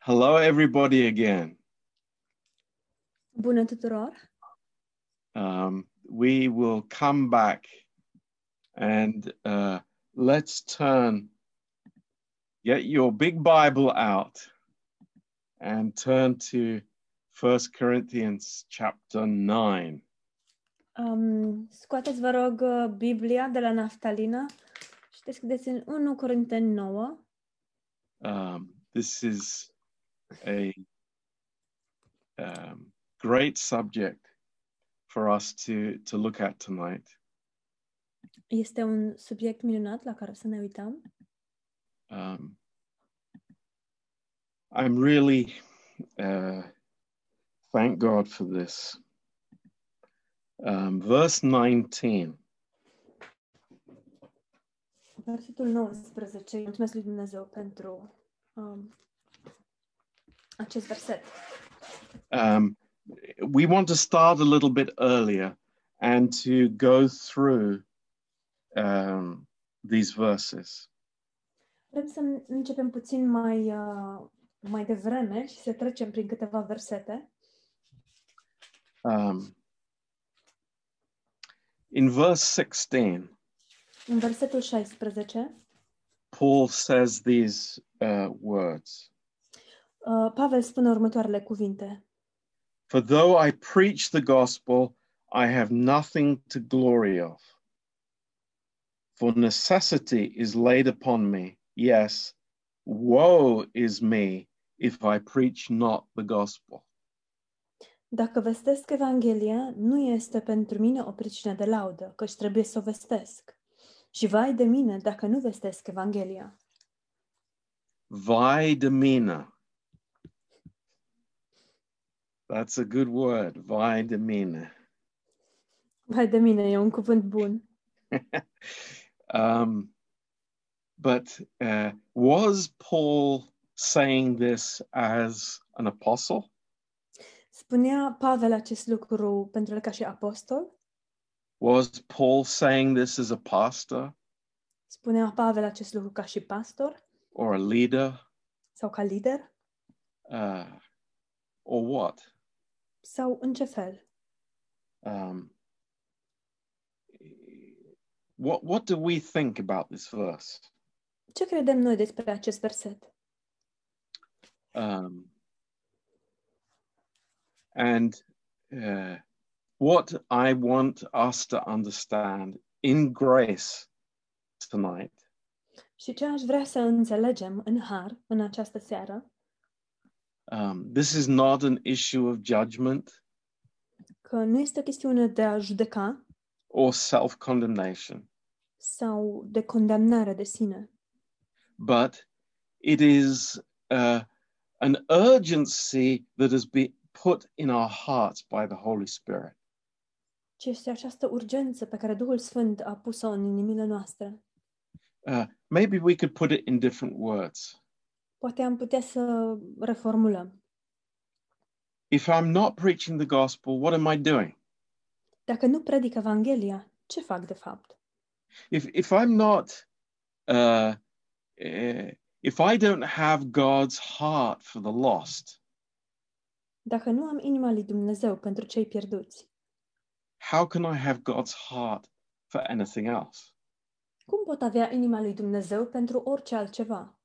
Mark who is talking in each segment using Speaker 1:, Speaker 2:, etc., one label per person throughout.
Speaker 1: Hello, everybody, again.
Speaker 2: Bună tuturor!
Speaker 1: Um, we will come back and uh, let's turn, get your big Bible out and turn to First Corinthians chapter 9.
Speaker 2: Um, scoateți, vă rog, uh, Biblia de la Naftalina și deschideți în 1 Corinteni 9.
Speaker 1: Um, this is a um, great subject for us to, to look at tonight.
Speaker 2: Este un subiect minunat la care să ne uităm.
Speaker 1: Um, I'm really uh, thank God for this. Um, verse 19.
Speaker 2: Versetul 19. Îi Mulțumesc lui Dumnezeu pentru um, acest verset.
Speaker 1: Um, we want to start a little bit earlier and to go through um, these verses.
Speaker 2: Vrem să începem puțin mai, uh, mai devreme și să trecem prin câteva versete.
Speaker 1: Um, in verse 16,
Speaker 2: În versetul 16,
Speaker 1: Paul says these uh, words
Speaker 2: uh, Pavel spune următoarele cuvinte.
Speaker 1: For though I preach the gospel, I have nothing to glory of. For necessity is laid upon me. Yes, woe is me if I preach not the gospel.
Speaker 2: Dacă vestesc Evanghelia, nu este pentru mine o pricină de laudă, căci trebuie să o vestesc. Și vai de mine dacă nu vestesc Evanghelia.
Speaker 1: Vidamina. That's a good word, vidamina.
Speaker 2: Vai de mine, e un cuvânt bun.
Speaker 1: Um, but uh, was Paul saying this as an apostle?
Speaker 2: Spunea Pavel acest lucru pentru el ca și apostol?
Speaker 1: Was Paul saying this as a pastor
Speaker 2: Spunea Pavel acest lucru ca și pastor
Speaker 1: or a leader
Speaker 2: sau ca lider?
Speaker 1: uh, or what?
Speaker 2: Sau în ce fel?
Speaker 1: Um, what what do we think about this verse?
Speaker 2: Ce credem noi despre acest verset?
Speaker 1: Um, and uh, what I want us to understand in grace tonight
Speaker 2: Și ce aș vrea să înțelegem în har în această seară,
Speaker 1: um, this is not an issue of judgment
Speaker 2: că nu este o chestiune de a judeca
Speaker 1: or self condemnation,
Speaker 2: sau de condamnare de sine,
Speaker 1: but it is uh, an urgency that has been put in our hearts by the Holy Spirit.
Speaker 2: ci este această urgență pe care Duhul Sfânt a pus-o în inimile noastre.
Speaker 1: Uh, maybe we could put it in different words.
Speaker 2: Poate am putea să reformulăm.
Speaker 1: If I'm not preaching the gospel, what am I doing?
Speaker 2: Dacă nu predic Evanghelia, ce fac de fapt?
Speaker 1: if if I'm not uh, eh, if I don't have God's heart for the lost,
Speaker 2: Dacă nu am inima lui Dumnezeu pentru cei pierduți,
Speaker 1: how can I have God's heart for anything else?
Speaker 2: cum pot avea inima lui Dumnezeu pentru orice altceva?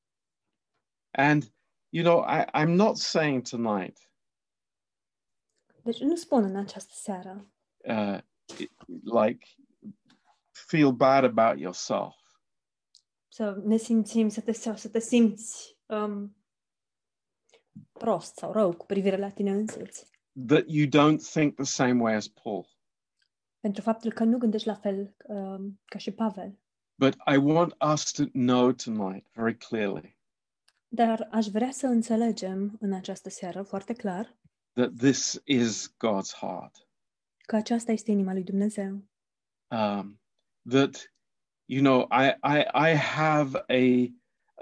Speaker 1: And you know, I, I'm not saying tonight
Speaker 2: Deci nu spun în această seară,
Speaker 1: uh, it- like feel bad about yourself,
Speaker 2: să ne simțim, să te, sau să te simți um, prost sau rău cu privire la tine însuți,
Speaker 1: that you don't think the same way as Paul.
Speaker 2: pentru faptul că nu gândești la fel um, ca și Pavel.
Speaker 1: But I want us to know tonight very clearly
Speaker 2: Dar aș vrea să înțelegem în această seară foarte clar
Speaker 1: that this is God's heart.
Speaker 2: că aceasta este inima lui Dumnezeu.
Speaker 1: um, that you know I, I i have a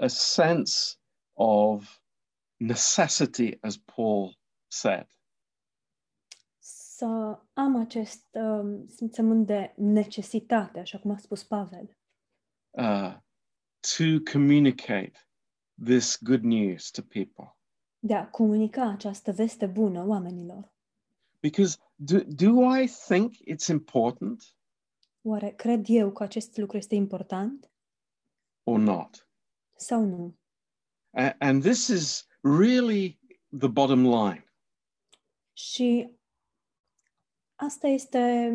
Speaker 1: a sense of necessity as paul said
Speaker 2: Să am acest um, simțământ de necesitate, așa cum a spus Pavel,
Speaker 1: uh, to communicate this good news to people
Speaker 2: de a comunica această veste bună oamenilor.
Speaker 1: Because do, do I think it's important
Speaker 2: Oare cred eu că acest lucru este important
Speaker 1: or not?
Speaker 2: sau nu?
Speaker 1: A- and this is really the bottom line.
Speaker 2: Și asta este,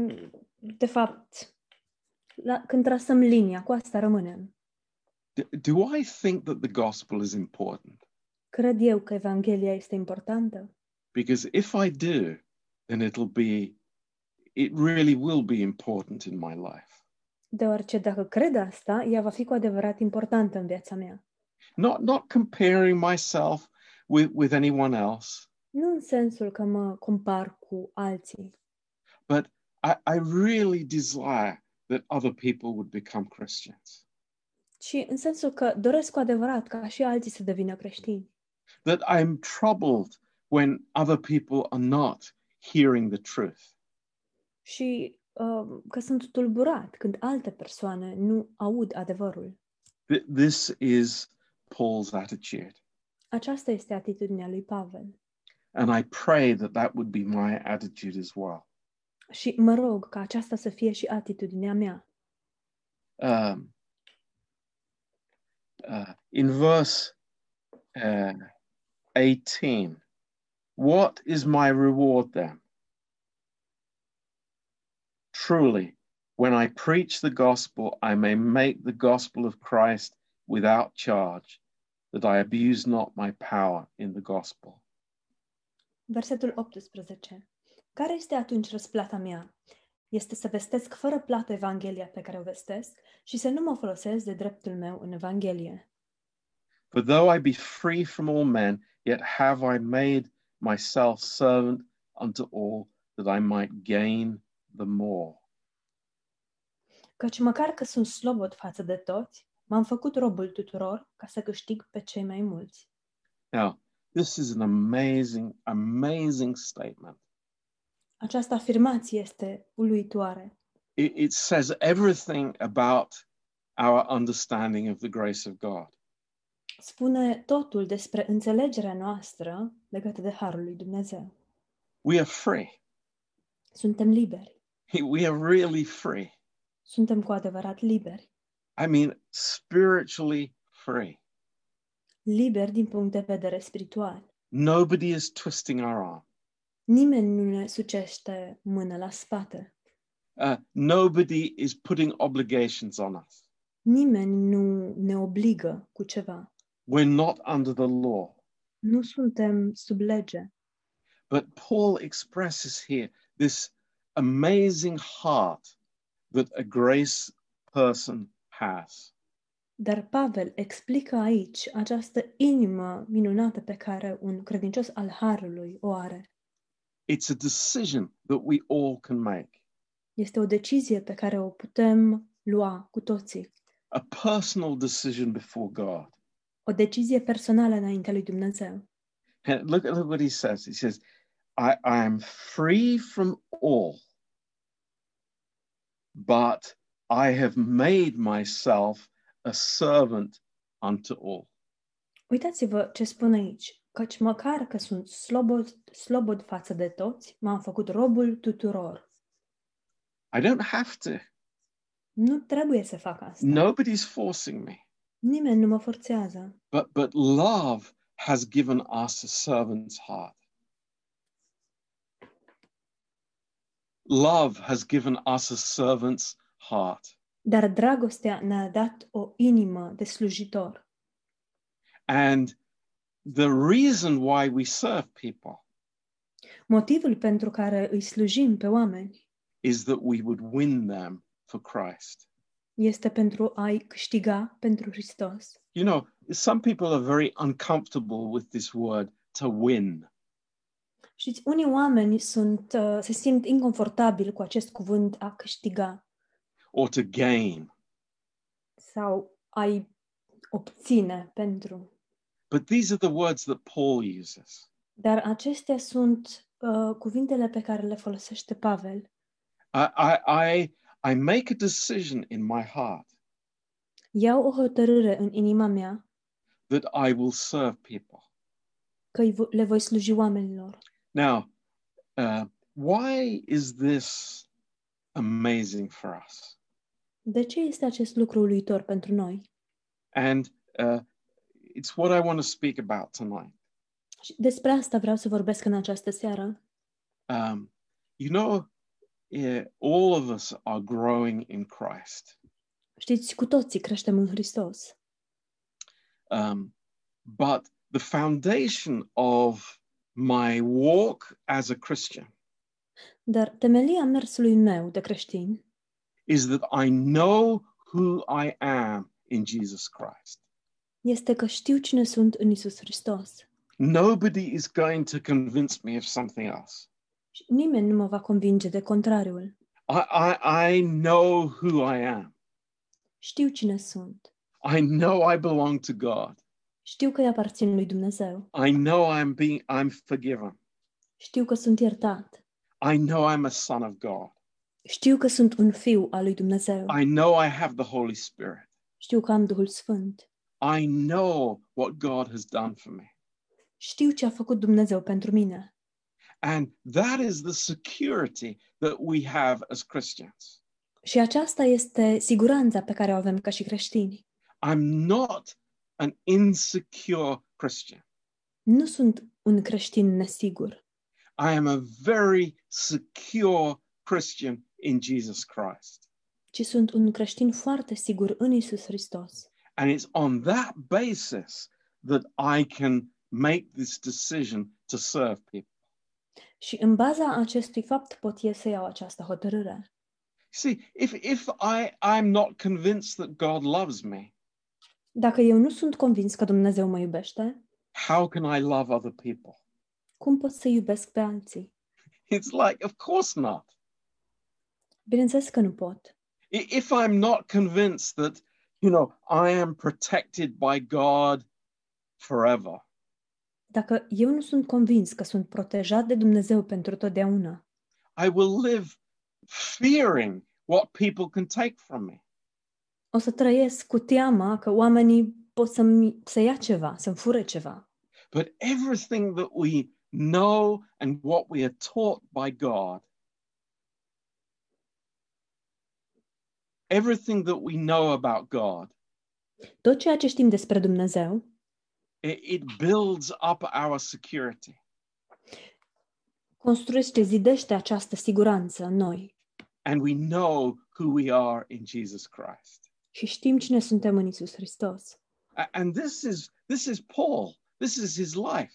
Speaker 2: de fapt, la, când trasăm linia, cu asta rămânem.
Speaker 1: D- do I think that the gospel is important?
Speaker 2: Cred eu că Evanghelia este importantă,
Speaker 1: Because if I do, then it'll be, it really will be important in my life.
Speaker 2: deoarece dacă cred asta, ea va fi cu adevărat importantă în viața mea.
Speaker 1: Not, not comparing myself with, with anyone else,
Speaker 2: Nu în sensul că mă compar cu alții,
Speaker 1: but I, I really desire that other people would become Christians,
Speaker 2: ci în sensul că doresc cu adevărat ca și alții să devină creștini.
Speaker 1: that I'm troubled when other people are not hearing the truth.
Speaker 2: și uh, că sunt tulburat când alte persoane nu aud adevărul.
Speaker 1: Th- This is Paul's attitude.
Speaker 2: Aceasta este atitudinea lui Pavel.
Speaker 1: And I pray that that would be my attitude as well.
Speaker 2: Și mă rog ca aceasta să fie și atitudinea mea.
Speaker 1: um, uh, in verse uh, 18 what is my reward then truly when i preach the gospel i may make the gospel of christ without charge that i abuse not my power in the gospel
Speaker 2: Versetul 18. Care este atunci răsplata mea? Este să vestesc fără plată Evanghelia pe care o vestesc și să nu mă folosesc de dreptul meu în Evanghelie.
Speaker 1: for though i be free from all men yet have i made myself servant unto all that i might gain the more
Speaker 2: Căci măcar că sunt slobod față de toți, m-am făcut robul tuturor ca să câștig pe cei mai mulți.
Speaker 1: Now, this is an amazing, amazing statement.
Speaker 2: Această afirmație este uluitoare.
Speaker 1: It, it says everything about our understanding of the grace of God.
Speaker 2: spune totul despre înțelegerea noastră legată de harul lui Dumnezeu.
Speaker 1: We are free.
Speaker 2: Suntem liberi.
Speaker 1: We are really free.
Speaker 2: Suntem cu adevărat liberi.
Speaker 1: I mean, spiritually free.
Speaker 2: Liberi din punct de vedere spiritual.
Speaker 1: Nobody is twisting our arm.
Speaker 2: Nimeni nu ne sucește mână la spate.
Speaker 1: Uh, nobody is putting obligations on us.
Speaker 2: Nimeni nu ne obligă cu ceva.
Speaker 1: We're not under the law.
Speaker 2: Nu suntem sub lege.
Speaker 1: But Paul expresses here this amazing heart that a grace person has.
Speaker 2: Dar Pavel explică aici această inimă minunată pe care un credincios al harului o are.
Speaker 1: It's a decision that we all can make,
Speaker 2: Este o decizie pe care o putem lua cu toții.
Speaker 1: a personal decision before God.
Speaker 2: o decizie personală înaintea lui Dumnezeu.
Speaker 1: And look, look what he says. He says, I, I am free from all, but I have made myself a servant unto all.
Speaker 2: Uitați-vă ce spune aici, căci măcar că sunt slobod, slobod față de toți, m-am făcut robul tuturor.
Speaker 1: I don't have to.
Speaker 2: Nu trebuie să fac asta.
Speaker 1: Nobody's forcing me.
Speaker 2: Nimeni nu mă forțează,
Speaker 1: But but love has given us a servant's heart. Love has given us a servant's heart.
Speaker 2: dar dragostea ne-a dat o inimă de slujitor.
Speaker 1: And the reason why we serve people
Speaker 2: Motivul pentru care îi slujim pe oameni
Speaker 1: is that we would win them for Christ.
Speaker 2: este pentru a-i câștiga pentru Hristos.
Speaker 1: You know, some people are very uncomfortable with this word to win.
Speaker 2: Știți, unii oameni sunt, uh, se simt inconfortabil cu acest cuvânt a câștiga
Speaker 1: or to gain.
Speaker 2: sau a-i obține pentru
Speaker 1: But these are the words that Paul uses.
Speaker 2: Dar acestea sunt uh, cuvintele pe care le folosește Pavel.
Speaker 1: I, I, I, I make a decision in my heart
Speaker 2: Iau o hotărâre în inima mea
Speaker 1: that I will serve people.
Speaker 2: că îi vo- le voi sluji oamenilor.
Speaker 1: Now, uh, why is this amazing for us?
Speaker 2: De ce este acest lucru uluitor pentru noi?
Speaker 1: And uh, it's what I want to speak about tonight.
Speaker 2: Și despre asta vreau să vorbesc în această seară.
Speaker 1: Um, you know, eh, all of us are growing in Christ,
Speaker 2: Știți, cu toții creștem în Hristos,
Speaker 1: um, but the foundation of my walk as a Christian
Speaker 2: dar temelia mersului meu de creștin
Speaker 1: is that I know who I am in Jesus Christ.
Speaker 2: este că știu cine sunt în Isus Hristos.
Speaker 1: Nobody is going to convince me of something else.
Speaker 2: Și nimeni nu mă va convinge de contrariul.
Speaker 1: I, I, I know who I am.
Speaker 2: Știu cine sunt.
Speaker 1: I know I belong to God.
Speaker 2: Știu că îi aparțin lui Dumnezeu.
Speaker 1: I know I'm being I'm forgiven.
Speaker 2: Știu că sunt iertat.
Speaker 1: I know I'm a son of God.
Speaker 2: Știu că sunt un fiu al lui Dumnezeu.
Speaker 1: I know I have the Holy Spirit.
Speaker 2: Știu că am Duhul Sfânt.
Speaker 1: I know what God has done for me.
Speaker 2: Știu ce a făcut Dumnezeu pentru mine.
Speaker 1: And that is the security that we have as Christians.
Speaker 2: Și aceasta este siguranța pe care o avem ca și creștini.
Speaker 1: I'm not an insecure Christian.
Speaker 2: Nu sunt un creștin nesigur.
Speaker 1: I am a very secure Christian in Jesus Christ.
Speaker 2: ci sunt un creștin foarte sigur în Isus Hristos.
Speaker 1: And it's on that basis that I can make this decision to serve people.
Speaker 2: Și în baza acestui fapt pot eu să iau această hotărâre.
Speaker 1: See, if if I I'm not convinced that God loves me,
Speaker 2: Dacă eu nu sunt convins că Dumnezeu mă iubește,
Speaker 1: how can I love other people?
Speaker 2: cum pot să iubesc pe alții?
Speaker 1: It's like, of course not.
Speaker 2: Bineînțeles că nu pot.
Speaker 1: I- If I'm not convinced that, you know, I am protected by God forever,
Speaker 2: Dacă eu nu sunt convins că sunt protejat de Dumnezeu pentru totdeauna,
Speaker 1: I will live fearing what people can take from me.
Speaker 2: o să trăiesc cu teama că oamenii pot să-mi, să ia ceva, să-mi fure ceva.
Speaker 1: But everything that we know and what we are taught by God, everything that we know about God,
Speaker 2: Tot ceea ce știm despre Dumnezeu
Speaker 1: it, it builds up our security.
Speaker 2: construiește, zidește această siguranță în noi
Speaker 1: And we know who we are in Jesus Christ.
Speaker 2: și știm cine suntem în Isus Hristos.
Speaker 1: A- And this is this is Paul. This is his life.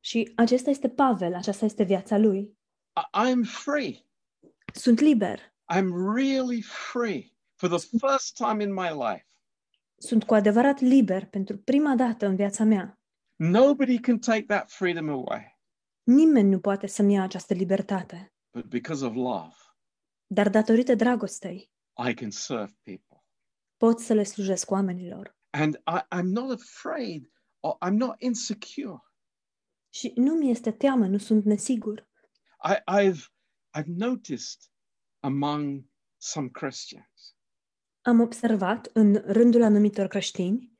Speaker 2: Și acesta este Pavel, aceasta este viața lui.
Speaker 1: I- I'm free.
Speaker 2: Sunt liber,
Speaker 1: I'm really free for the first time in my life.
Speaker 2: sunt cu adevărat liber pentru prima dată în viața mea.
Speaker 1: Nobody can take that freedom away.
Speaker 2: Nimeni nu poate să-mi ia această libertate,
Speaker 1: But because of love,
Speaker 2: dar datorită dragostei
Speaker 1: I can serve people.
Speaker 2: pot să le slujesc oamenilor.
Speaker 1: And I, I'm not afraid, or I'm not insecure.
Speaker 2: Și nu mi este teamă, nu sunt nesigur.
Speaker 1: I, I've, I've noticed among some Christians
Speaker 2: Am observat în rândul anumitor creștini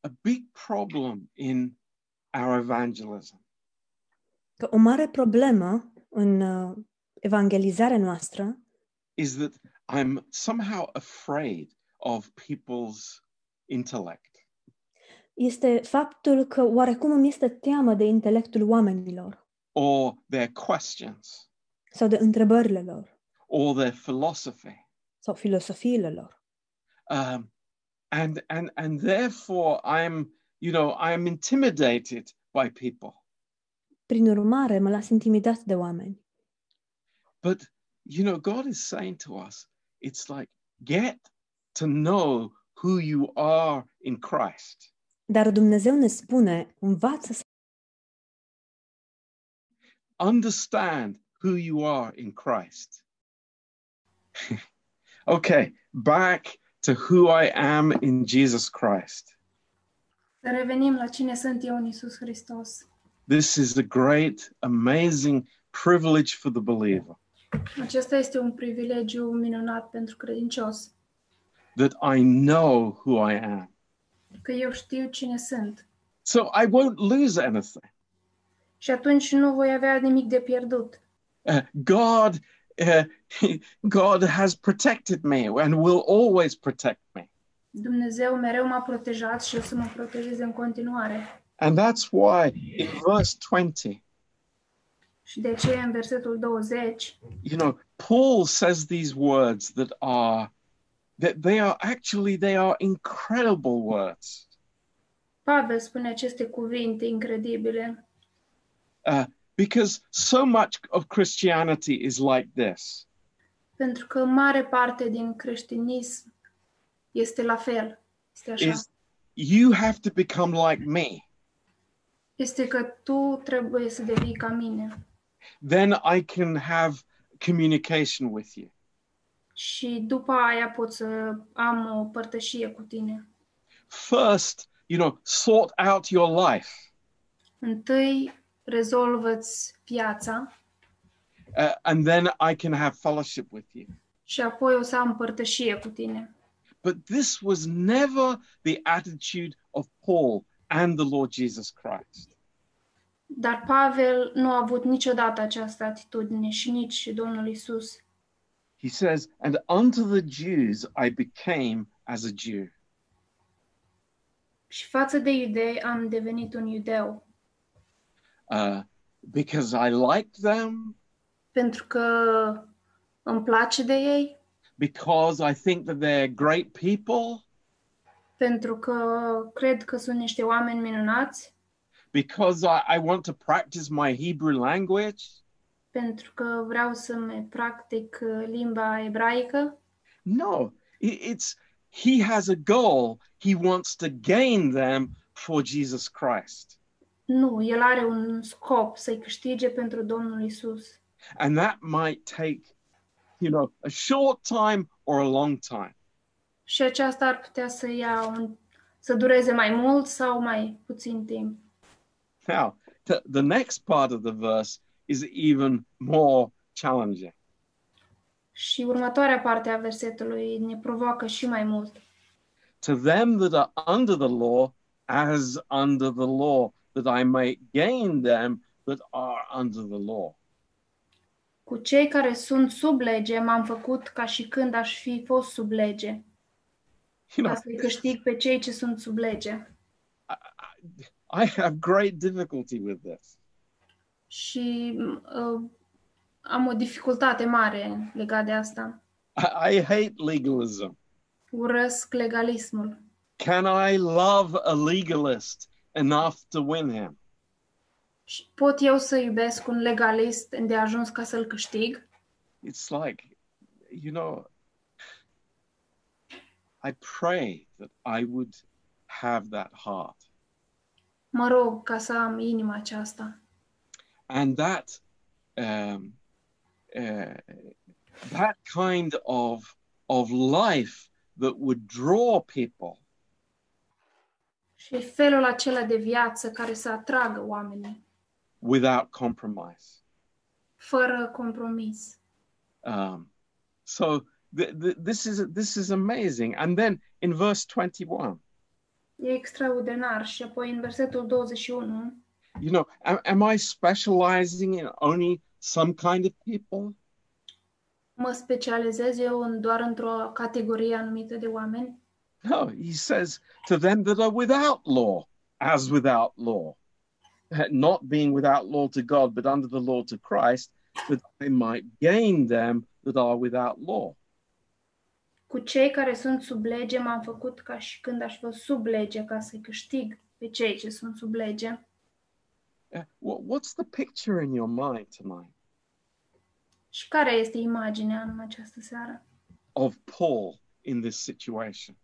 Speaker 1: a big problem in our evangelism
Speaker 2: că o mare problemă în uh, evangelizarea noastră
Speaker 1: is that I'm somehow afraid of people's intellect.
Speaker 2: este faptul că oarecum îmi este teamă de intelectul oamenilor
Speaker 1: or their questions
Speaker 2: sau de întrebările lor
Speaker 1: or their philosophy.
Speaker 2: sau filosofiile lor.
Speaker 1: Um, and, and, and therefore I'm, you know, I'm intimidated by people.
Speaker 2: Prin urmare, mă las intimidat de oameni.
Speaker 1: But, you know, God is saying to us, it's like, get to know who you are in Christ.
Speaker 2: Dar Dumnezeu ne spune, învață să
Speaker 1: Understand who you are in Christ. okay, back to who I am in Jesus Christ.
Speaker 3: Să revenim la cine sunt eu în Isus Hristos.
Speaker 1: This is a great, amazing privilege for the believer
Speaker 3: Acesta este un privilegiu minunat pentru credincios,
Speaker 1: that I know who I am.
Speaker 3: că eu știu cine sunt.
Speaker 1: So I won't lose anything.
Speaker 3: Și atunci nu voi avea nimic de pierdut.
Speaker 1: Uh, God, uh, God has protected me and will always protect me.
Speaker 3: Dumnezeu mereu m-a protejat și o să mă protejeze în continuare.
Speaker 1: And that's why in verse 20,
Speaker 3: Și de aceea în versetul 20,
Speaker 1: you know, Paul says these words that are that they are actually they are incredible words.
Speaker 3: Pavel spune aceste cuvinte incredibile,
Speaker 1: Uh, because so much of Christianity is like this.
Speaker 3: pentru că mare parte din creștinism este la fel. Este așa.
Speaker 1: Is you have to become like me,
Speaker 3: Este că tu trebuie să devii ca mine
Speaker 1: then I can have communication with you.
Speaker 3: și după aia pot să am o părtășie cu tine.
Speaker 1: First, you know, sort out your life,
Speaker 3: Întâi rezolvă-ți viața
Speaker 1: uh, and then I can have fellowship with you.
Speaker 3: și apoi o să am părtășie cu tine.
Speaker 1: But this was never the attitude of Paul and the Lord Jesus Christ.
Speaker 3: Dar Pavel nu a avut niciodată această atitudine și nici Domnul Isus.
Speaker 1: He says, And unto the Jews I became as a Jew.
Speaker 3: Și față de iudei am devenit un iudeu,
Speaker 1: uh, because I liked them,
Speaker 3: pentru că îmi place de ei,
Speaker 1: because I think that they're great people,
Speaker 3: pentru că cred că sunt niște oameni minunați,
Speaker 1: because I, I want to practice my Hebrew language.
Speaker 3: pentru că vreau să-mi practic uh, limba ebraică.
Speaker 1: No, i- it's he has a goal. He wants to gain them for Jesus Christ.
Speaker 3: Nu, el are un scop să-i câștige pentru Domnul Isus.
Speaker 1: And that might take, you know, a short time or a long time.
Speaker 3: Și aceasta ar putea să ia un, să dureze mai mult sau mai puțin timp.
Speaker 1: Now, t- the next part of the verse is even more challenging.
Speaker 3: Și următoarea parte a versetului ne provoacă și mai mult.
Speaker 1: to them that are under the law as under the law that i may gain them that are under the law
Speaker 3: Cu cei care sunt sub lege m-am făcut ca și când aș fi fost sub lege,
Speaker 1: you know
Speaker 3: ca să-i câștig pe cei ce sunt sub lege.
Speaker 1: i have great difficulty with this
Speaker 3: Și uh, am o dificultate mare legat de asta.
Speaker 1: i, I hate legalism
Speaker 3: Urăsc legalismul.
Speaker 1: can i love a legalist enough to win him
Speaker 3: Și pot eu să iubesc un legalist de ajuns ca să-l câștig?
Speaker 1: it's like you know i pray that i would have that heart
Speaker 3: Mă rog ca să am inima aceasta.
Speaker 1: and that um, uh, that kind of of life that would draw people
Speaker 3: Și e felul acela de viață care să atragă oamenii,
Speaker 1: without compromise.
Speaker 3: fără compromis.
Speaker 1: Um, so th- th- this is this is amazing. And then in verse twenty one,
Speaker 3: E extraordinar. Și apoi în versetul 21,
Speaker 1: you know, am, am I specializing in only some kind of people?
Speaker 3: mă specializez eu în, doar într-o categorie anumită de oameni.
Speaker 1: No, he says to them that are without law, as without law, Uh, not being without law to God, but under the law to Christ, that they might gain them that are without law.
Speaker 3: Cu cei care sunt sub lege m-am făcut ca și când aș fi sub lege ca să-i câștig pe cei ce sunt sub lege.
Speaker 1: Uh, wha- What's the picture in your mind tonight
Speaker 3: Și care este imaginea în această seară
Speaker 1: of Paul in this situation?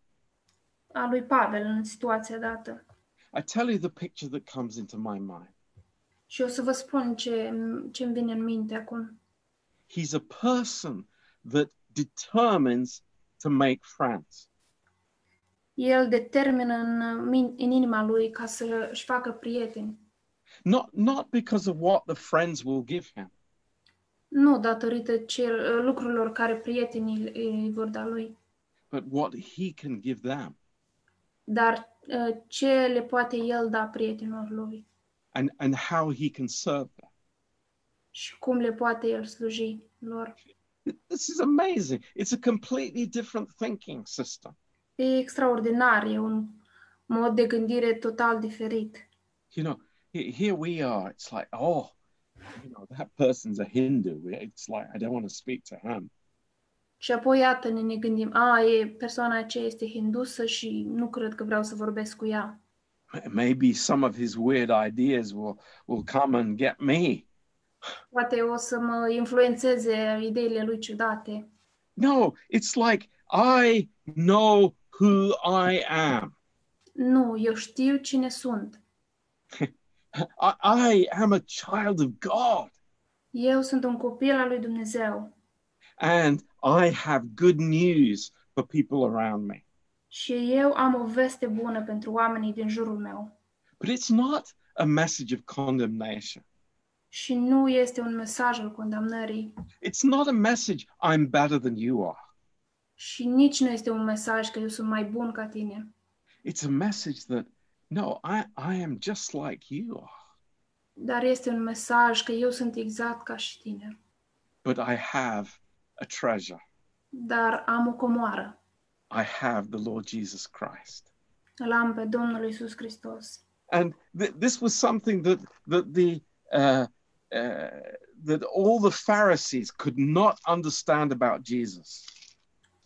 Speaker 3: a lui Pavel în situația dată?
Speaker 1: I tell you the picture that comes into my mind.
Speaker 3: Și o să vă spun ce ce îmi vine în minte acum.
Speaker 1: He's a person that determines to make friends.
Speaker 3: El determină în, min- în inima lui ca să își facă prieteni.
Speaker 1: Not, not because of what the friends will give him,
Speaker 3: Nu datorită cel, lucrurilor care prietenii îi vor da lui,
Speaker 1: but what he can give them.
Speaker 3: dar uh, ce le poate el da prietenilor lui
Speaker 1: and, and how he can serve them.
Speaker 3: și cum le poate el sluji lor.
Speaker 1: This is amazing. It's a completely different thinking system.
Speaker 3: E extraordinar, e un mod de gândire total diferit.
Speaker 1: you know, he- here we are. It's like, oh, you know, that person's a Hindu. It's like, I don't want to speak to him.
Speaker 3: Și apoi, iată, ne, ne gândim, a, e persoana aceea este hindusă și nu cred că vreau să vorbesc cu ea.
Speaker 1: M- Maybe some of his weird ideas will, will come and get me.
Speaker 3: Poate o să mă influențeze ideile lui ciudate.
Speaker 1: No, it's like, I know who I am.
Speaker 3: Nu, eu știu cine sunt.
Speaker 1: I, I am a child of God
Speaker 3: Eu sunt un copil al lui Dumnezeu
Speaker 1: and I have good news for people around me.
Speaker 3: și eu am o veste bună pentru oamenii din jurul meu.
Speaker 1: But it's not a message of condemnation.
Speaker 3: Și nu este un mesaj al condamnării
Speaker 1: It's not a message, I'm better than you are.
Speaker 3: și nici nu este un mesaj că eu sunt mai bun ca tine.
Speaker 1: it's a message that no i i am just like you are
Speaker 3: Dar este un mesaj că eu sunt exact ca și tine,
Speaker 1: but i have a treasure
Speaker 3: dar am o comoară.
Speaker 1: i have the lord jesus christ
Speaker 3: Îl am pe Domnul Isus Hristos.
Speaker 1: and th- this was something that that the uh, uh, that all the pharisees could not understand about jesus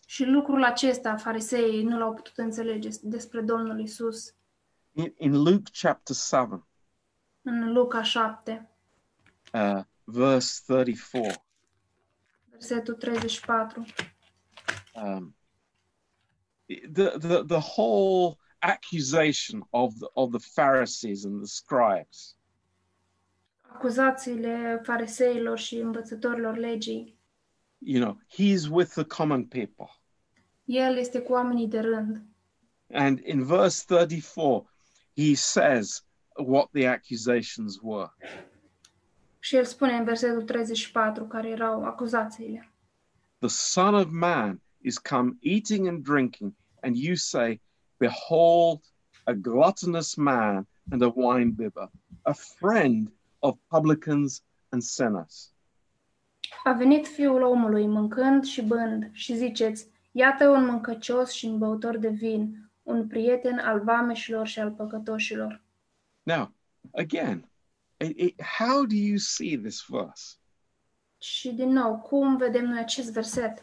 Speaker 3: Și lucrul acesta fariseii nu l-au putut înțelege despre Domnul Isus
Speaker 1: in, in luke chapter 7
Speaker 3: în Luca 7,
Speaker 1: uh, verse 34
Speaker 3: versetul 34.
Speaker 1: um, the, the the whole accusation of the, of the pharisees and the scribes
Speaker 3: Acuzațiile fariseilor și învățătorilor legii.
Speaker 1: you know he's with the common people
Speaker 3: El este cu oamenii de rând.
Speaker 1: and in verse 34 he says what the accusations were
Speaker 3: Și el spune în versetul 34 care erau acuzațiile.
Speaker 1: the son of man is come eating and drinking and you say behold a gluttonous man and a wine bibber a friend of publicans and sinners
Speaker 3: A venit fiul omului mâncând și bând și ziceți, iată un mâncăcios și un băutor de vin, un prieten al vameșilor și al păcătoșilor.
Speaker 1: now again it- it- how do you see this verse
Speaker 3: Și din nou, cum vedem noi acest verset?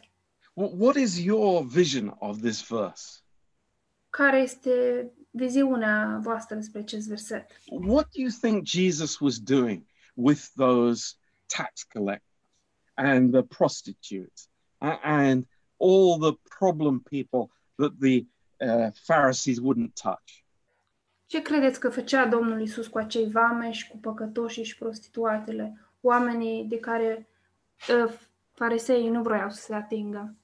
Speaker 1: Wh- what is your vision of this verse
Speaker 3: Care este viziunea voastră despre acest verset?
Speaker 1: what do you think Jesus was doing with those tax collectors and the prostitutes a- and all the problem people that the uh, Pharisees wouldn't touch?
Speaker 3: Ce credeți că făcea Domnul Isus cu acei vameși, cu păcătoșii și prostituatele, oamenii de care uh, fariseii nu vroiau să se atingă?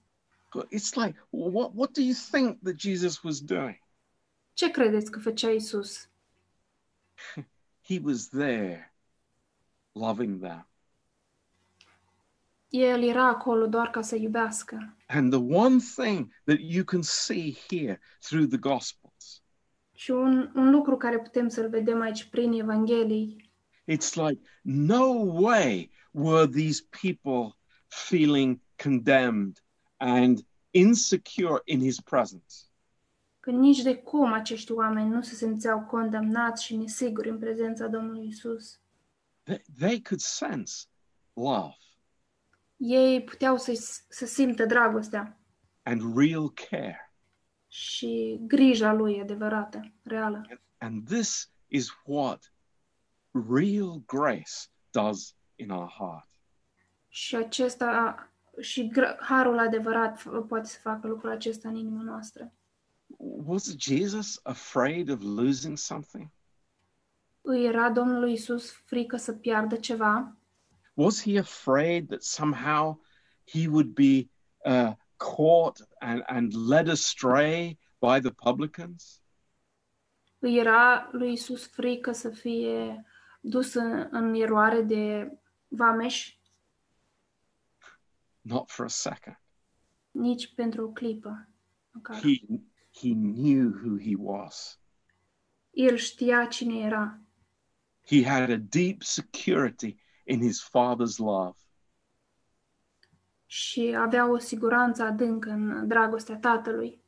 Speaker 1: It's like, what, what do you think that Jesus was doing?
Speaker 3: Ce credeți că făcea Isus?
Speaker 1: He was there loving them.
Speaker 3: El era acolo doar ca să iubească.
Speaker 1: And the one thing that you can see here through the Gospels,
Speaker 3: Și un, un lucru care putem să-l vedem aici prin Evanghelii,
Speaker 1: It's like, no way were these people feeling condemned and insecure in his presence.
Speaker 3: că nici de cum acești oameni nu se simțeau condamnați și nesiguri în prezența Domnului Isus.
Speaker 1: They, they could sense love
Speaker 3: Ei puteau să, să simtă dragostea
Speaker 1: and real care.
Speaker 3: și grija lui adevărată, reală.
Speaker 1: And this is what real grace does in our heart.
Speaker 3: Și acesta și gr- harul adevărat f- poate să facă lucrul acesta în inima noastră.
Speaker 1: Was Jesus afraid of losing something?
Speaker 3: Îi era Domnului Isus frică să piardă ceva?
Speaker 1: Was he afraid that somehow he would be uh, caught and, and led astray by the publicans?
Speaker 3: Îi era lui Isus frică să fie dus în, în eroare de vameș
Speaker 1: Not for a second.
Speaker 3: nici pentru o clipă. Măcar.
Speaker 1: He, he knew who he was
Speaker 3: El știa cine era.
Speaker 1: He had a deep security in his Father's love.
Speaker 3: și avea o siguranță adâncă în dragostea tatălui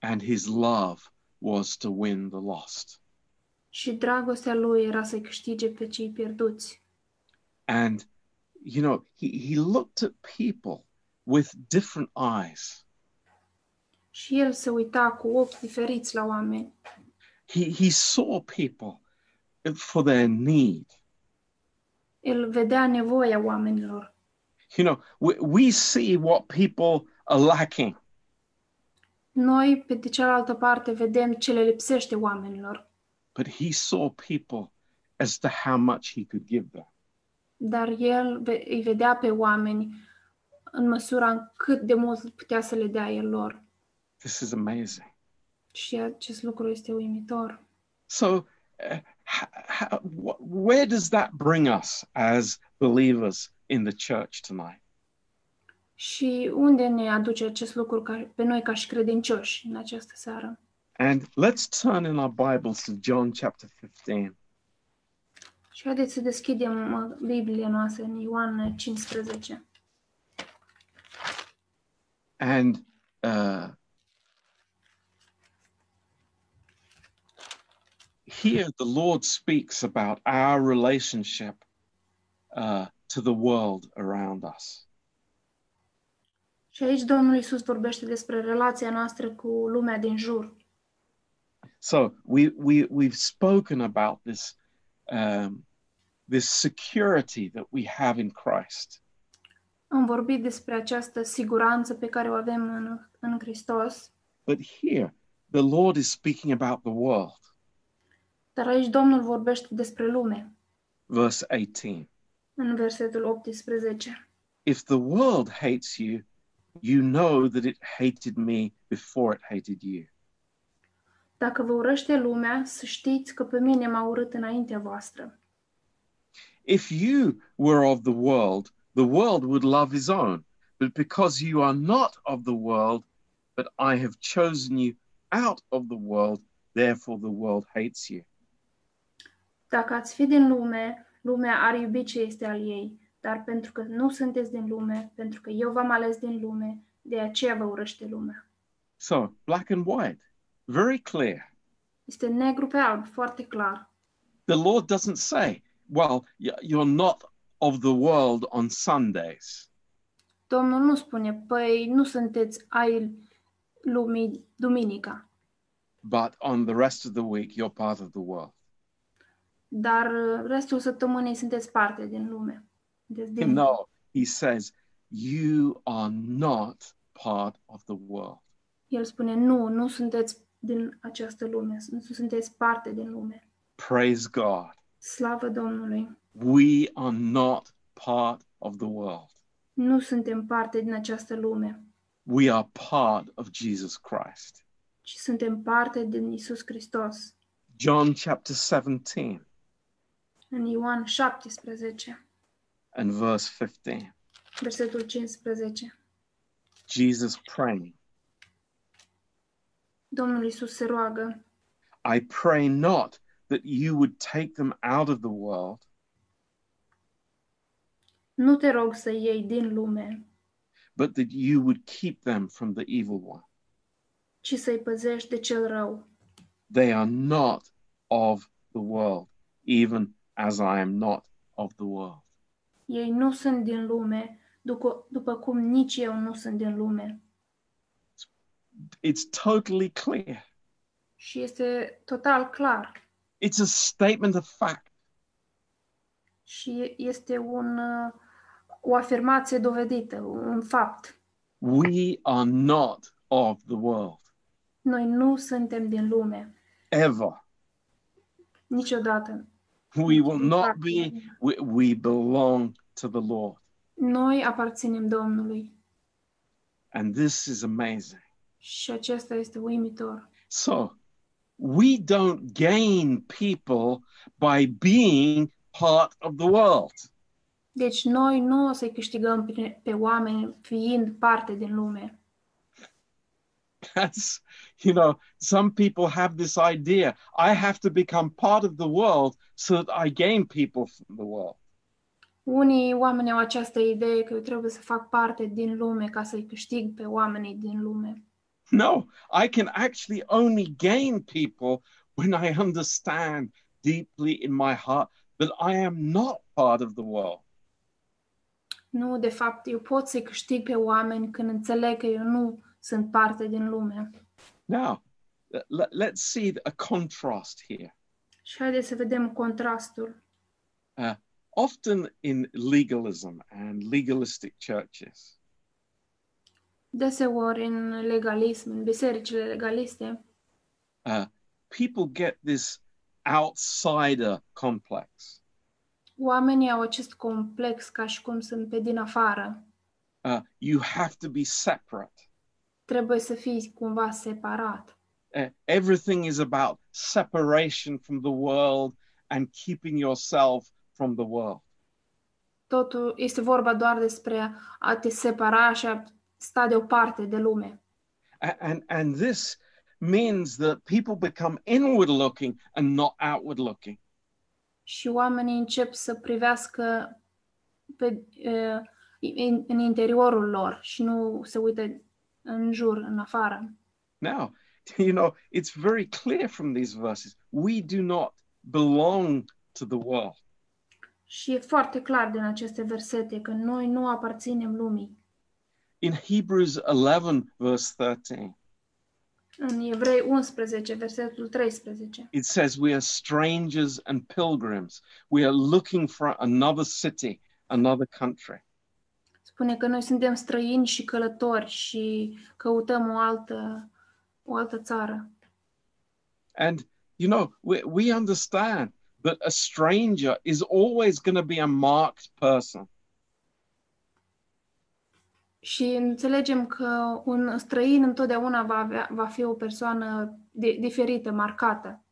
Speaker 1: and his love was to win the lost.
Speaker 3: și dragostea lui era să-i câștige pe cei pierduți.
Speaker 1: And, you know, he, he looked at people with different eyes.
Speaker 3: Și el se uita cu ochi diferiți la oameni.
Speaker 1: He, he saw people for their need.
Speaker 3: El vedea nevoia oamenilor.
Speaker 1: You know, we, we see what people are lacking.
Speaker 3: Noi, pe de cealaltă parte, vedem ce le lipsește oamenilor,
Speaker 1: but he saw people as to how much he could give them.
Speaker 3: dar el ve- îi vedea pe oameni în măsura în cât de mult putea să le dea el lor.
Speaker 1: This is amazing.
Speaker 3: Și acest lucru este uimitor.
Speaker 1: So, uh, h- h- wh- where does that bring us as believers in the church tonight?
Speaker 3: Și unde ne aduce acest lucru ca, pe noi ca și credincioși în această seară?
Speaker 1: And let's turn in our Bibles to John chapter 15.
Speaker 3: Și haideți să deschidem uh, Biblia noastră în Ioan 15.
Speaker 1: And uh, here the Lord speaks about our relationship uh, to the world around us.
Speaker 3: Și aici Domnul Iisus vorbește despre relația noastră cu lumea din jur.
Speaker 1: So we we we've spoken about this um, this security that we have in Christ,
Speaker 3: Am vorbit despre această siguranță pe care o avem în, în Hristos,
Speaker 1: but here the Lord is speaking about the world.
Speaker 3: dar aici Domnul vorbește despre lume,
Speaker 1: Verse 18:
Speaker 3: în versetul 18.
Speaker 1: If the world hates you, you know that it hated me before it hated you.
Speaker 3: Dacă vă urăște lumea, să știți că pe mine m-a urât înaintea voastră.
Speaker 1: If you were of the world, the world would love his own. But because you are not of the world, but I have chosen you out of the world, therefore the world hates you.
Speaker 3: Dacă ați fi din lume, lumea ar iubi ce este al ei, dar pentru că nu sunteți din lume, pentru că eu v-am ales din lume, de aceea vă urăște lumea.
Speaker 1: So, black and white, very clear.
Speaker 3: Este negru pe alb, foarte clar.
Speaker 1: The Lord doesn't say, well, y- you're not of the world on Sundays.
Speaker 3: Domnul nu spune, păi nu sunteți ai lumii duminica,
Speaker 1: But on the rest of the week, you're part of the world.
Speaker 3: dar uh, restul săptămânii sunteți parte din lume. Sunteți din
Speaker 1: No, he says, you are not part of the world.
Speaker 3: El spune, nu, nu sunteți din această lume, nu sunteți parte din lume.
Speaker 1: Praise God.
Speaker 3: Slavă Domnului!
Speaker 1: We are not part of the world.
Speaker 3: Nu suntem parte din această lume.
Speaker 1: We are part of Jesus Christ.
Speaker 3: ci suntem parte din Isus Hristos.
Speaker 1: John chapter 17
Speaker 3: În Ioan 17,
Speaker 1: and verse 15,
Speaker 3: versetul 15,
Speaker 1: Jesus praying.
Speaker 3: Domnul Isus se roagă,
Speaker 1: I pray not that you would take them out of the world,
Speaker 3: nu te rog să iei din lume,
Speaker 1: but that you would keep them from the evil one.
Speaker 3: ci să-i păzești de cel rău.
Speaker 1: They are not of the world, even as I am not of the world.
Speaker 3: Ei nu sunt din lume, ducă- după cum nici eu nu sunt din lume.
Speaker 1: It's totally clear.
Speaker 3: Și este total clar.
Speaker 1: It's a statement of fact.
Speaker 3: Și este un, uh, o afirmație dovedită, un fapt.
Speaker 1: We are not of the world,
Speaker 3: Noi nu suntem din lume,
Speaker 1: ever.
Speaker 3: niciodată.
Speaker 1: We will not be, we, we belong to the Lord.
Speaker 3: Noi aparținem Domnului.
Speaker 1: And this is amazing.
Speaker 3: Și acesta este uimitor.
Speaker 1: So we don't gain people by being part of the world.
Speaker 3: Deci noi nu o să-i câștigăm pe, pe oameni fiind parte din lume.
Speaker 1: That's, you know, some people have this idea I have to become part of the world so that I gain people from the world.
Speaker 3: Unii oameni au această idee că eu trebuie să fac parte din lume ca să-i câștig pe oamenii din lume.
Speaker 1: No, I can actually only gain people when I understand deeply in my heart that I am not part of the world.
Speaker 3: Nu, de fapt, eu pot să-i câștig pe oameni când înțeleg că eu nu sunt parte din lume.
Speaker 1: Now, let, let's see a contrast here.
Speaker 3: Și haideți să vedem contrastul.
Speaker 1: Uh, Often in legalism and legalistic churches,
Speaker 3: Deseori în legalism, în bisericile legaliste,
Speaker 1: uh, people get this outsider complex.
Speaker 3: oamenii au acest complex ca și cum sunt pe din afară.
Speaker 1: Uh, you have to be separate.
Speaker 3: Trebuie să fii cumva separat.
Speaker 1: Uh, everything is about separation from the world and keeping yourself from the world.
Speaker 3: Totul este vorba doar despre a te separa și a sta deoparte de lume.
Speaker 1: A- And, and this means that people become inward looking and not outward looking.
Speaker 3: Și oamenii încep să privească pe, eh, în, în interiorul lor și nu se uită în jur, în afară.
Speaker 1: Now, you know, it's very clear from these verses we do not belong to the world.
Speaker 3: Și e foarte clar din aceste versete că noi nu aparținem lumii.
Speaker 1: In Hebrews 11, verse 13,
Speaker 3: În Evrei 11, versetul 13,
Speaker 1: it says, We are strangers and pilgrims. We are looking for another city, another country.
Speaker 3: spune că noi suntem străini și călători și căutăm o altă, o altă țară.
Speaker 1: And, you know, we, we understand that a stranger is always going to be a marked person.
Speaker 3: Și înțelegem că un străin întotdeauna va, avea, va fi o persoană de, diferită, marcată.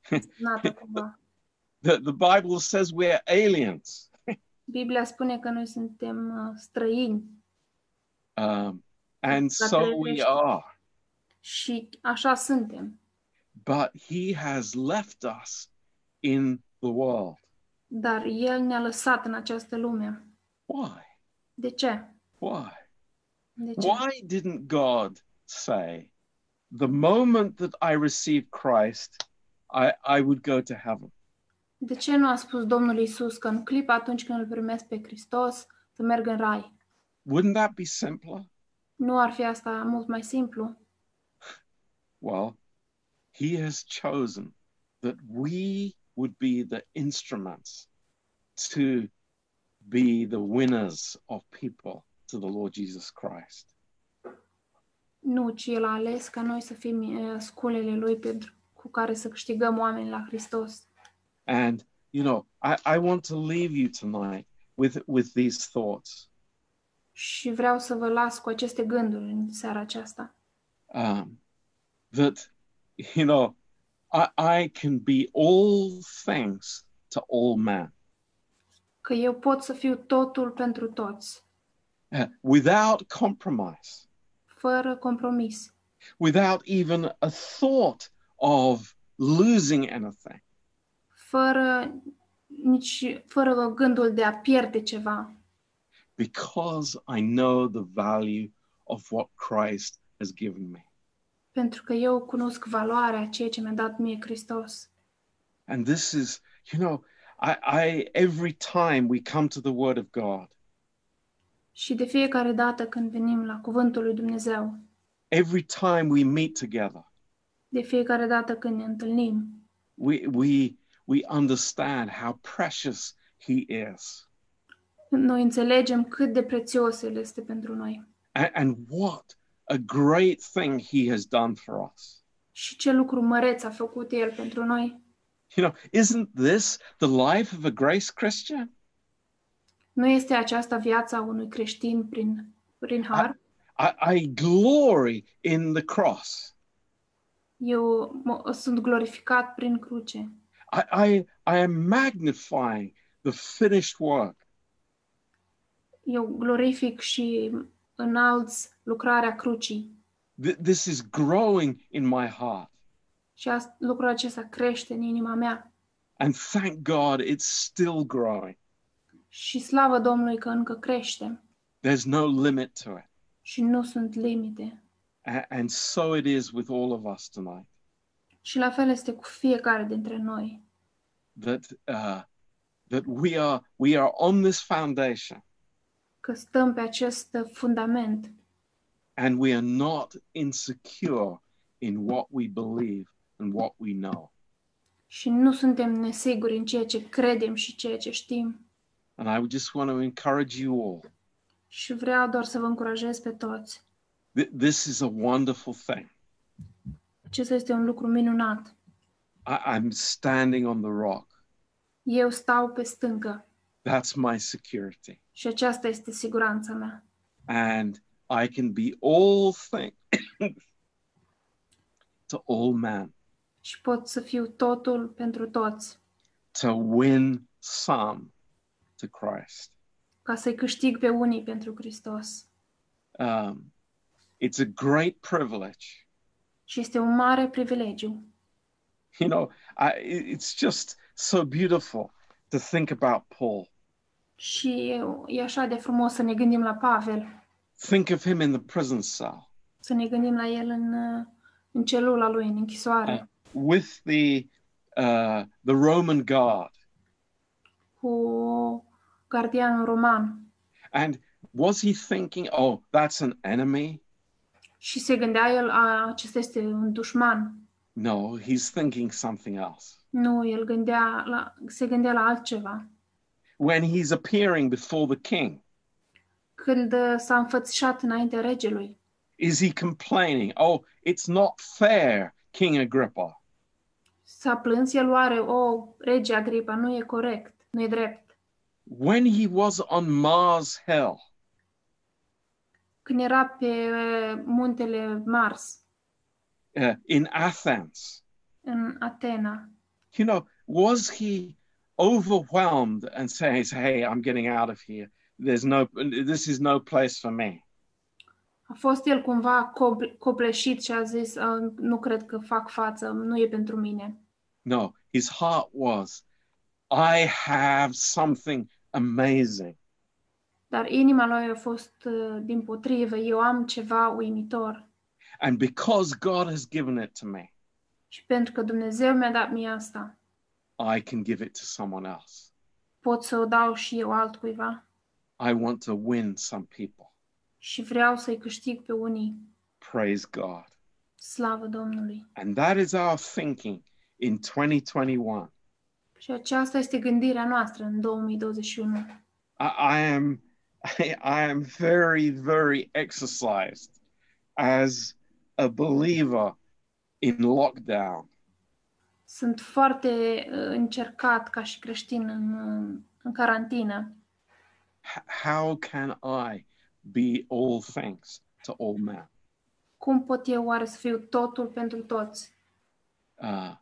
Speaker 3: Semnată cumva.
Speaker 1: The, the Bible says we're aliens.
Speaker 3: Biblia spune că noi suntem uh, străini
Speaker 1: Um, and
Speaker 3: That's
Speaker 1: so we
Speaker 3: interesting.
Speaker 1: are.
Speaker 3: și așa suntem.
Speaker 1: But he has left us in the world.
Speaker 3: Dar El ne-a lăsat în această lume.
Speaker 1: Why?
Speaker 3: De ce?
Speaker 1: Why?
Speaker 3: De ce?
Speaker 1: Why didn't God say, the moment that I received Christ, I, I would go to heaven?
Speaker 3: De ce nu a spus Domnul Isus că în clipa atunci când îl primesc pe Hristos să merg în rai?
Speaker 1: Wouldn't that be simpler?
Speaker 3: Nu ar fi asta mult mai simplu?
Speaker 1: Well, he has chosen that we would be the instruments to be the winners of people to the Lord Jesus Christ.
Speaker 3: Nu, ci El a ales ca noi să fim eh, sculele Lui pentru, cu care să câștigăm oameni la Hristos.
Speaker 1: And you know, I, I want to leave you tonight with with these thoughts.
Speaker 3: Și vreau să vă las cu aceste gânduri în seara aceasta.
Speaker 1: Um, that you know, I, I can be all things to all men
Speaker 3: Că eu pot să fiu totul pentru toți,
Speaker 1: uh, without compromise,
Speaker 3: fără compromis,
Speaker 1: without even a thought of losing anything.
Speaker 3: fără, nici, fără gândul de a pierde ceva,
Speaker 1: because I know the value of what Christ has given me.
Speaker 3: pentru că eu cunosc valoarea a ceea ce mi-a dat mie Hristos.
Speaker 1: And this is, you know, I, I every time we come to the Word of God,
Speaker 3: Și de fiecare dată când venim la Cuvântul lui Dumnezeu,
Speaker 1: every time we meet together,
Speaker 3: de fiecare dată când ne întâlnim,
Speaker 1: we we we understand how precious He is
Speaker 3: noi înțelegem cât de prețios El este pentru noi
Speaker 1: and, and what a great thing He has done for us.
Speaker 3: și ce lucru măreț a făcut El pentru noi.
Speaker 1: You know, isn't this the life of a grace Christian?
Speaker 3: Nu este aceasta viața unui creștin prin, prin har.
Speaker 1: I, I glory in the cross.
Speaker 3: Eu mă, sunt glorificat prin cruce.
Speaker 1: I, I, I am magnifying the finished work.
Speaker 3: Eu glorific și înalț lucrarea crucii.
Speaker 1: Th- this is growing in my heart.
Speaker 3: Și as- lucrul acesta crește în inima mea.
Speaker 1: And thank God it's still growing.
Speaker 3: Și slavă Domnului că încă crește
Speaker 1: There's no limit to it.
Speaker 3: și nu sunt limite.
Speaker 1: A- and so it is with all of us tonight
Speaker 3: Și la fel este cu fiecare dintre noi.
Speaker 1: that, uh, that we, are, we are on this foundation
Speaker 3: Că stăm pe acest fundament
Speaker 1: and we are not insecure in what we believe and what we know.
Speaker 3: și nu suntem nesiguri în ceea ce credem și ceea ce știm.
Speaker 1: And I would just want to encourage you all.
Speaker 3: Și vreau doar să vă încurajez pe toți.
Speaker 1: Th- this is a wonderful thing.
Speaker 3: Acesta este un lucru minunat.
Speaker 1: I- I'm standing on the rock.
Speaker 3: Eu stau pe stâncă
Speaker 1: That's my security.
Speaker 3: și aceasta este siguranța mea.
Speaker 1: And I can be all things to all man
Speaker 3: Și pot să fiu totul pentru toți,
Speaker 1: to win some to Christ.
Speaker 3: ca să-i câștig pe unii pentru Hristos.
Speaker 1: Um, it's a great privilege.
Speaker 3: Și este un mare privilegiu.
Speaker 1: You know, I, it- it's just so beautiful to think about Paul.
Speaker 3: Și eu, e așa de frumos să ne gândim la Pavel,
Speaker 1: Think of him in the prison cell
Speaker 3: să ne gândim la el în, uh, în celula lui, în închisoare,
Speaker 1: with the uh, the Roman guard.
Speaker 3: cu gardianul roman.
Speaker 1: And was he thinking, "Oh, that's an enemy"?
Speaker 3: Și se gândea el, a, acesta este un dușman.
Speaker 1: No, he's thinking something else.
Speaker 3: Nu, el gândea la, se gândea la altceva.
Speaker 1: when he's appearing before the king?
Speaker 3: Când uh, s-a înfățișat înaintea regelui,
Speaker 1: Is he complaining, oh, it's not fair, King Agrippa?
Speaker 3: s-a plâns el oare, o, rege Agripa, nu e corect, nu e drept.
Speaker 1: When he was on Mars Hill,
Speaker 3: Când era pe uh, muntele Mars,
Speaker 1: uh, in Athens,
Speaker 3: în Atena,
Speaker 1: you know, was he overwhelmed and says, hey, I'm getting out of here. There's no, this is no place for me.
Speaker 3: a fost el cumva cop- copleșit și a zis, "A, nu cred că fac față, nu e pentru mine.
Speaker 1: No, his heart was, I have something amazing.
Speaker 3: Dar inima lui a fost uh, din potrivă, eu am ceva uimitor.
Speaker 1: And because God has given it to me,
Speaker 3: Și pentru că Dumnezeu mi-a dat mie asta,
Speaker 1: I can give it to someone else.
Speaker 3: pot să o dau și eu altcuiva
Speaker 1: I want to win some people.
Speaker 3: și vreau să-i câștig pe unii.
Speaker 1: Praise God.
Speaker 3: Slavă Domnului!
Speaker 1: And that is our thinking in 2021.
Speaker 3: Și aceasta este gândirea noastră în 2021.
Speaker 1: I, I am I, I am very, very exercised as a believer in lockdown.
Speaker 3: Sunt foarte uh, încercat ca și creștin în, uh, în carantină.
Speaker 1: H- how can I be all things to all men?
Speaker 3: Cum pot eu oare să fiu totul pentru toți?
Speaker 1: Uh,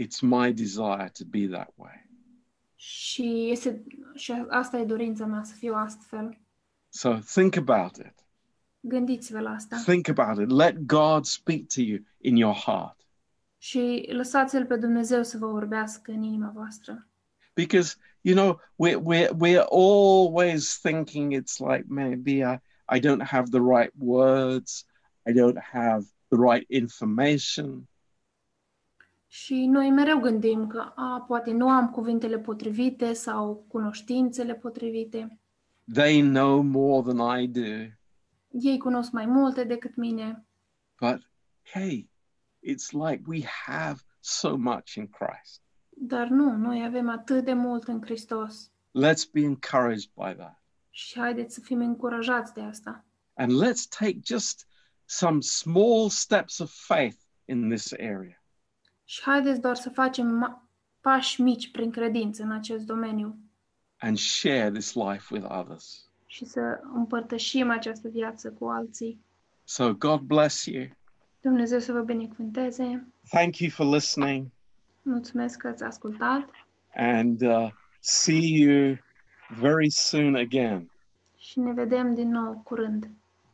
Speaker 1: it's my desire to be that way.
Speaker 3: Și, este, și asta e dorința mea, să fiu astfel.
Speaker 1: So think about it.
Speaker 3: Gândiți-vă la asta
Speaker 1: Think about it. Let God speak to you in your heart.
Speaker 3: și lăsați-L pe Dumnezeu să vă vorbească în inima voastră.
Speaker 1: because you know we're we're we're always thinking it's like maybe I I don't have the right words, I don't have the right information,
Speaker 3: Și noi mereu gândim că, a, poate nu am cuvintele potrivite sau cunoștințele potrivite.
Speaker 1: they know more than I do,
Speaker 3: Ei cunosc mai multe decât mine,
Speaker 1: but hey, it's like we have so much in Christ.
Speaker 3: dar nu, noi avem atât de mult în Hristos.
Speaker 1: Let's be encouraged by that,
Speaker 3: Și haideți să fim încurajați de asta.
Speaker 1: and let's take just some small steps of faith in this area.
Speaker 3: Și haideți doar să facem ma- pași mici prin credință în acest domeniu
Speaker 1: And share this life with others.
Speaker 3: și să împărtășim această viață cu alții.
Speaker 1: So, God bless you.
Speaker 3: Dumnezeu să vă binecuvânteze.
Speaker 1: Thank you for listening.
Speaker 3: Mulțumesc că ați ascultat
Speaker 1: and uh, see you very soon again.
Speaker 3: și ne vedem din nou curând.